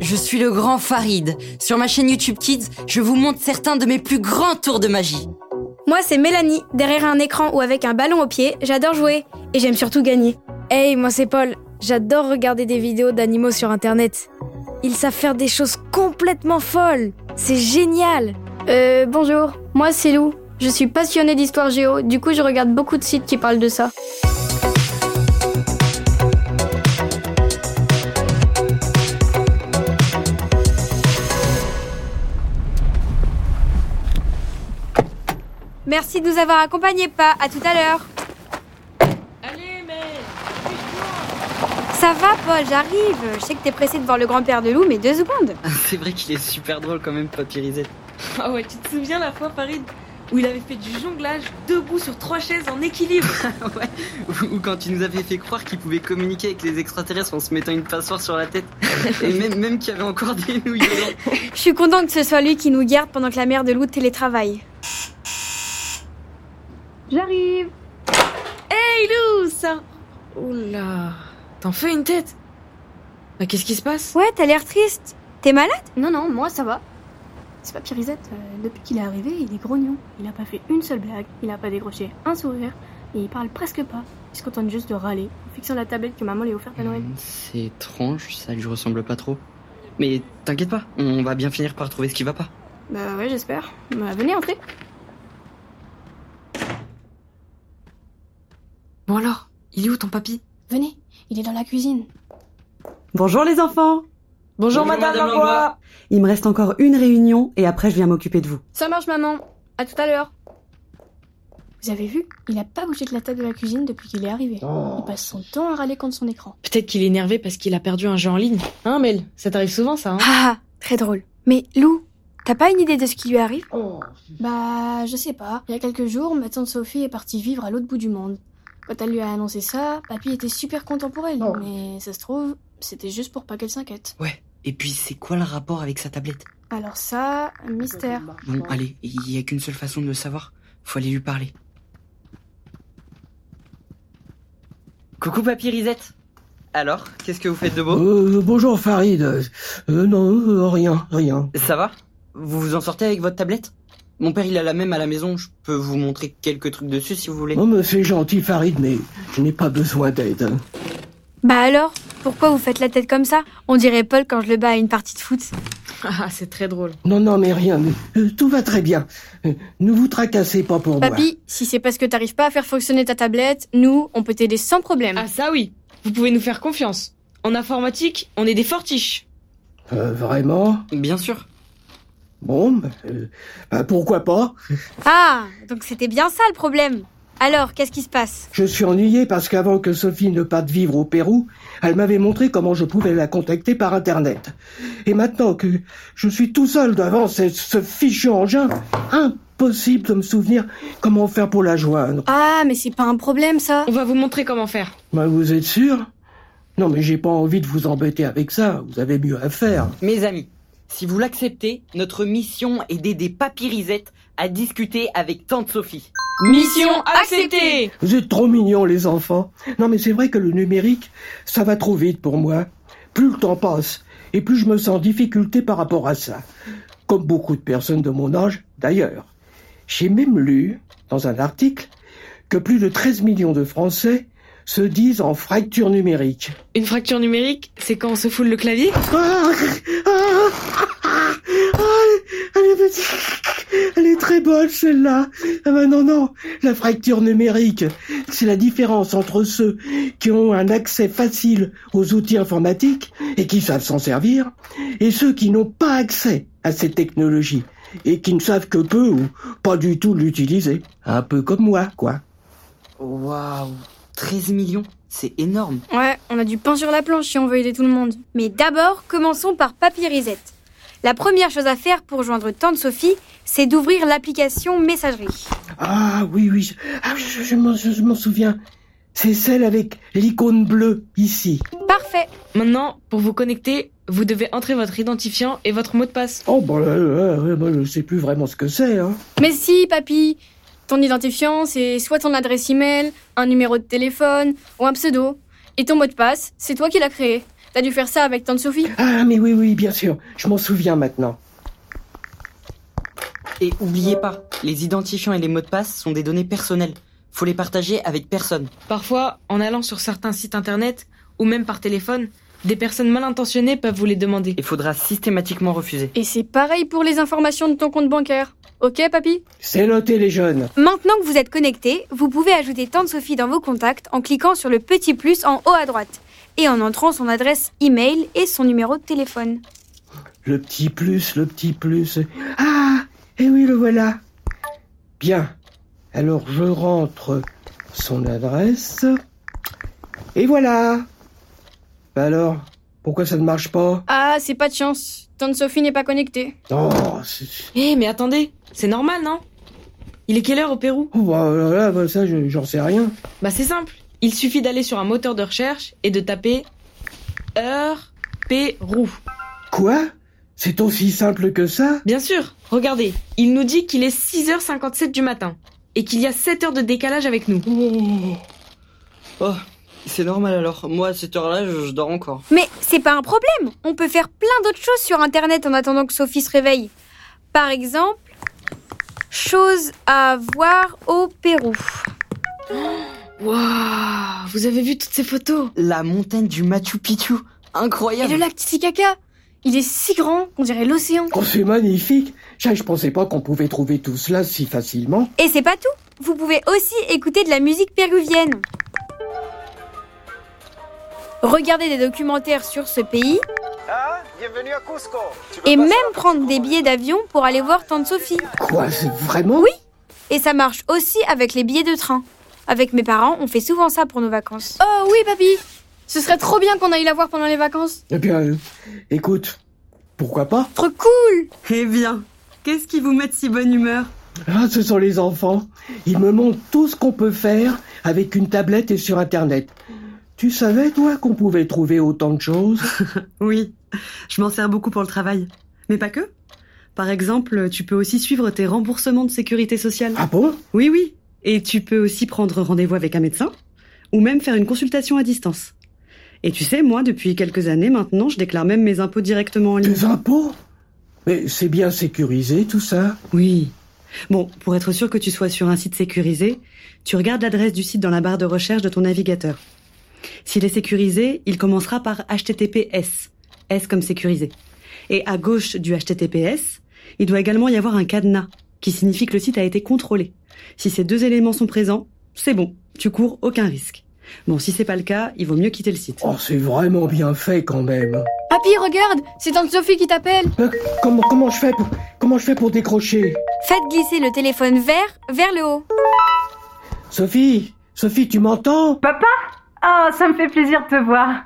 je suis le grand Farid. Sur ma chaîne YouTube Kids, je vous montre certains de mes plus grands tours de magie. Moi, c'est Mélanie. Derrière un écran ou avec un ballon au pied, j'adore jouer. Et j'aime surtout gagner. Hey, moi c'est Paul. J'adore regarder des vidéos d'animaux sur internet. Ils savent faire des choses complètement folles. C'est génial. Euh, bonjour. Moi, c'est Lou. Je suis passionnée d'histoire géo. Du coup, je regarde beaucoup de sites qui parlent de ça. Merci de nous avoir accompagnés, pas. À tout à l'heure. Ça va, Paul, j'arrive. Je sais que t'es pressé de voir le grand-père de Lou, mais deux secondes. C'est vrai qu'il est super drôle quand même, Papy Rizet. Ah ouais, tu te souviens la fois, Farid, où il avait fait du jonglage debout sur trois chaises en équilibre Ou, ou quand il nous avait fait croire qu'il pouvait communiquer avec les extraterrestres en se mettant une passoire sur la tête. Et même, même qu'il y avait encore des nouilles dedans. Je suis contente que ce soit lui qui nous garde pendant que la mère de Lou télétravaille. J'arrive. Hey Lou, ça... Oula, t'en fais une tête Bah, Mais qu'est-ce qui se passe Ouais, t'as l'air triste. T'es malade Non, non, moi, ça va. C'est pas Pirisette. euh, depuis qu'il est arrivé, il est grognon. Il a pas fait une seule blague, il a pas décroché un sourire, et il parle presque pas. Il se contente juste de râler, en fixant la tablette que maman lui a offerte à Noël. C'est étrange, ça lui ressemble pas trop. Mais t'inquiète pas, on va bien finir par trouver ce qui va pas. Bah ouais, j'espère. Bah, venez, entrez. Bon alors, il est où ton papy Venez, il est dans la cuisine. Bonjour les enfants Bonjour, Madame Madame Langlois. Langlois. Il me reste encore une réunion et après je viens m'occuper de vous. Ça marche, maman. À tout à l'heure. Vous avez vu Il a pas bougé de la table de la cuisine depuis qu'il est arrivé. Il passe son temps à râler contre son écran. Peut-être qu'il est énervé parce qu'il a perdu un jeu en ligne. Hein, Mel Ça t'arrive souvent, ça, hein Ah, très drôle. Mais Lou, t'as pas une idée de ce qui lui arrive Bah, je sais pas. Il y a quelques jours, ma tante Sophie est partie vivre à l'autre bout du monde. Quand elle lui a annoncé ça, papy était super content pour elle. Mais ça se trouve, c'était juste pour pas qu'elle s'inquiète. Ouais. Et puis c'est quoi le rapport avec sa tablette Alors ça, mystère. Bon, allez, il y a qu'une seule façon de le savoir. Faut aller lui parler. Coucou Papy Rizette Alors, qu'est-ce que vous faites de beau Euh, bonjour Farid. Euh, euh, non, euh, rien, rien. Ça va Vous vous en sortez avec votre tablette Mon père, il a la même à la maison. Je peux vous montrer quelques trucs dessus si vous voulez. Oh, mais c'est gentil Farid, mais je n'ai pas besoin d'aide. Bah alors, pourquoi vous faites la tête comme ça On dirait Paul quand je le bats à une partie de foot. Ah, c'est très drôle. Non, non, mais rien. mais, euh, tout va très bien. Euh, ne vous tracassez pas pour moi. Papy, Si c'est parce que t'arrives pas à faire fonctionner ta tablette, nous, on peut t'aider sans problème. Ah, ça oui Vous pouvez nous faire confiance. En informatique, on est des fortiches. Euh, vraiment Bien sûr. Bon, bah, euh, bah, pourquoi pas Ah, donc c'était bien ça le problème. Alors, qu'est-ce qui se passe Je suis ennuyé parce qu'avant que Sophie ne parte vivre au Pérou, elle m'avait montré comment je pouvais la contacter par Internet. Et maintenant que je suis tout seul devant ce, ce fichu engin, impossible de me souvenir comment faire pour la joindre. Ah, mais c'est pas un problème ça. On va vous montrer comment faire. Bah, vous êtes sûr Non, mais j'ai pas envie de vous embêter avec ça. Vous avez mieux à faire. Mes amis, si vous l'acceptez, notre mission est d'aider Papy Rizette à discuter avec Tante Sophie. Mission acceptée Vous êtes trop mignons, les enfants. Non, mais c'est vrai que le numérique, ça va trop vite pour moi. Plus le temps passe, et plus je me sens en difficulté par rapport à ça. Comme beaucoup de personnes de mon âge, d'ailleurs. J'ai même lu, dans un article, que plus de 13 millions de Français se disent en fracture numérique. Une fracture numérique, c'est quand on se foule le clavier Ah, ah, ah, ah, elle, est petite. Elle est très bonne celle-là. Ah ben non, non, la fracture numérique, c'est la différence entre ceux qui ont un accès facile aux outils informatiques et qui savent s'en servir, et ceux qui n'ont pas accès à ces technologies et qui ne savent que peu ou pas du tout l'utiliser. Un peu comme moi, quoi. Waouh 13 millions C'est énorme Ouais, on a du pain sur la planche si on veut aider tout le monde. Mais d'abord, commençons par Papy Reset. La première chose à faire pour joindre Tante Sophie, c'est d'ouvrir l'application Messagerie. Ah oui, oui, je, ah, je- je m'en- je m'en souviens. C'est celle avec l'icône bleue ici. Parfait. Maintenant, pour vous connecter, vous devez entrer votre identifiant et votre mot de passe. Oh, bah, euh, euh, moi, je sais plus vraiment ce que c'est, hein. Mais si, papy Ton identifiant, c'est soit ton adresse email, un numéro de téléphone ou un pseudo. Et ton mot de passe, c'est toi qui l'as créé. T'as dû faire ça avec Tante Sophie Ah, mais oui, oui, bien sûr, je m'en souviens maintenant. Et oubliez pas, les identifiants et les mots de passe sont des données personnelles. Faut les partager avec personne. Parfois, en allant sur certains sites internet ou même par téléphone, des personnes mal intentionnées peuvent vous les demander. Il faudra systématiquement refuser. Et c'est pareil pour les informations de ton compte bancaire. Ok, papy C'est noté, les jeunes. Maintenant que vous êtes connecté, vous pouvez ajouter Tante Sophie dans vos contacts en cliquant sur le petit plus en haut à droite et en entrant son adresse email et son numéro de téléphone. Le petit plus, le petit plus. Ah Eh oui, le voilà. Bien. Alors, je rentre son adresse. Et voilà. Bah alors, pourquoi ça ne marche pas Ah, c'est pas de chance. Tante Sophie n'est pas connectée. Non, Oh, c'est- Eh, mais attendez, c'est normal, non Il est quelle heure au Pérou oh, bah, là, là, bah, ça, je- j'en sais rien. Bah c'est simple, il suffit d'aller sur un moteur de recherche et de taper heure Pérou. Quoi C'est aussi simple que ça Bien sûr, regardez, il nous dit qu'il est 6h57 du matin et qu'il y a 7 heures de décalage avec nous. Oh. Oh, c'est normal alors. Moi, à cette heure-là, je, je dors encore. Mais c'est pas un problème, on peut faire plein d'autres choses sur Internet en attendant que Sophie se réveille. Par exemple, choses à voir au Pérou. Waouh, vous avez vu toutes ces photos La montagne du Machu Picchu. Et Incroyable. le lac Titicaca Il est si grand qu'on dirait l'océan. Oh, c'est magnifique Ça, je pensais pas qu'on pouvait trouver tout cela si facilement. Et c'est pas tout, vous pouvez aussi écouter de la musique péruvienne. Regardez des documentaires sur ce pays et même prendre des billets d'avion pour aller voir Tante Sophie. Quoi C'est vraiment Oui. Et ça marche aussi avec les billets de train. Avec mes parents, on fait souvent ça pour nos vacances. Oh oui, papy Ce serait trop bien qu'on aille la voir pendant les vacances. Eh bien, euh, écoute, pourquoi pas Trop cool Eh bien, qu'est-ce qui vous met de si bonne humeur Ah, ce sont les enfants. Ils me montrent tout ce qu'on peut faire avec une tablette et sur Internet. Tu savais, toi, qu'on pouvait trouver autant de choses Oui, je m'en sers beaucoup pour le travail. Mais pas que. Par exemple, tu peux aussi suivre tes remboursements de sécurité sociale. Ah bon Oui, oui. Et tu peux aussi prendre rendez-vous avec un médecin ou même faire une consultation à distance. Et tu sais, moi, depuis quelques années maintenant, je déclare même mes impôts directement en ligne. Des impôts Mais c'est bien sécurisé, tout ça. Oui. Bon, pour être sûr que tu sois sur un site sécurisé, tu regardes l'adresse du site dans la barre de recherche de ton navigateur. S'il est sécurisé, il commencera par HTTPS, S comme sécurisé. Et à gauche du HTTPS, il doit également y avoir un cadenas, qui signifie que le site a été contrôlé. Si ces deux éléments sont présents, c'est bon, tu cours aucun risque. Bon, si c'est pas le cas, il vaut mieux quitter le site. Oh, c'est vraiment bien fait, quand même. Papy, regarde C'est Tante Sophie qui t'appelle Euh, comment, comment je fais pour, comment je fais pour décrocher Faites glisser le téléphone vert vers le haut. Sophie Sophie, tu m'entends Ah, ça me fait plaisir de te voir.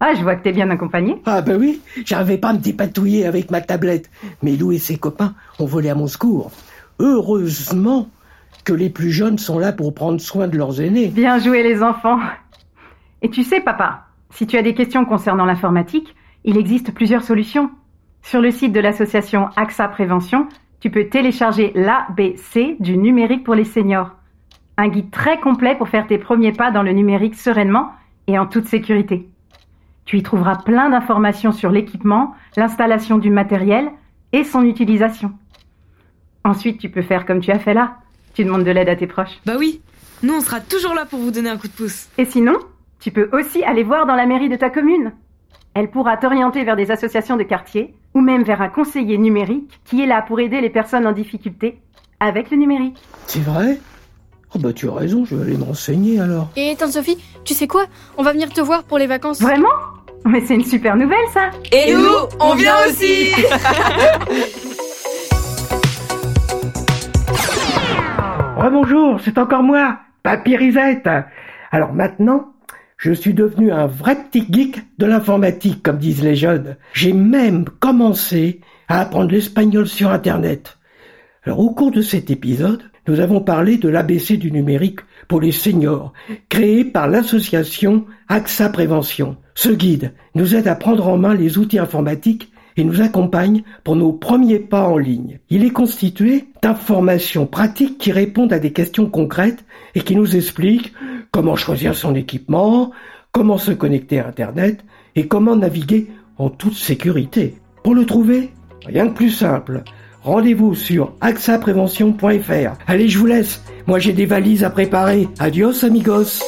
Ah, je vois que t'es bien accompagné. Ah ben oui, j'arrivais pas à me dépatouiller avec ma tablette. Mais Lou et ses copains ont volé à mon secours. Heureusement que les plus jeunes sont là pour prendre soin de leurs aînés. Bien joué, les enfants. Et tu sais, papa, si tu as des questions concernant l'informatique, il existe plusieurs solutions. Sur le site de l'association AXA Prévention, tu peux télécharger l'ABC du numérique pour les seniors. Un guide très complet pour faire tes premiers pas dans le numérique sereinement et en toute sécurité. Tu y trouveras plein d'informations sur l'équipement, l'installation du matériel et son utilisation. Ensuite, tu peux faire comme tu as fait là. Tu demandes de l'aide à tes proches. Bah oui, nous on sera toujours là pour vous donner un coup de pouce. Et sinon, tu peux aussi aller voir dans la mairie de ta commune. Elle pourra t'orienter vers des associations de quartier ou même vers un conseiller numérique qui est là pour aider les personnes en difficulté avec le numérique. C'est vrai Oh bah tu as raison, je vais aller m'enseigner alors. Et Tante Sophie, tu sais quoi On va venir te voir pour les vacances. Vraiment Mais c'est une super nouvelle ça Et, nous, on vient aussi Ah bonjour, c'est encore moi, Papy Risette. Alors maintenant, je suis devenu un vrai petit geek de l'informatique, comme disent les jeunes. J'ai même commencé à apprendre l'espagnol sur Internet. Alors au cours de cet épisode, nous avons parlé de l'ABC du numérique pour les seniors, créé par l'association AXA Prévention. Ce guide nous aide à prendre en main les outils informatiques et nous accompagne pour nos premiers pas en ligne. Il est constitué d'informations pratiques qui répondent à des questions concrètes et qui nous expliquent comment choisir son équipement, comment se connecter à Internet et comment naviguer en toute sécurité. Pour le trouver, rien de plus simple. Rendez-vous sur axaprévention.fr. Allez, je vous laisse. Moi, j'ai des valises à préparer. Adios, amigos.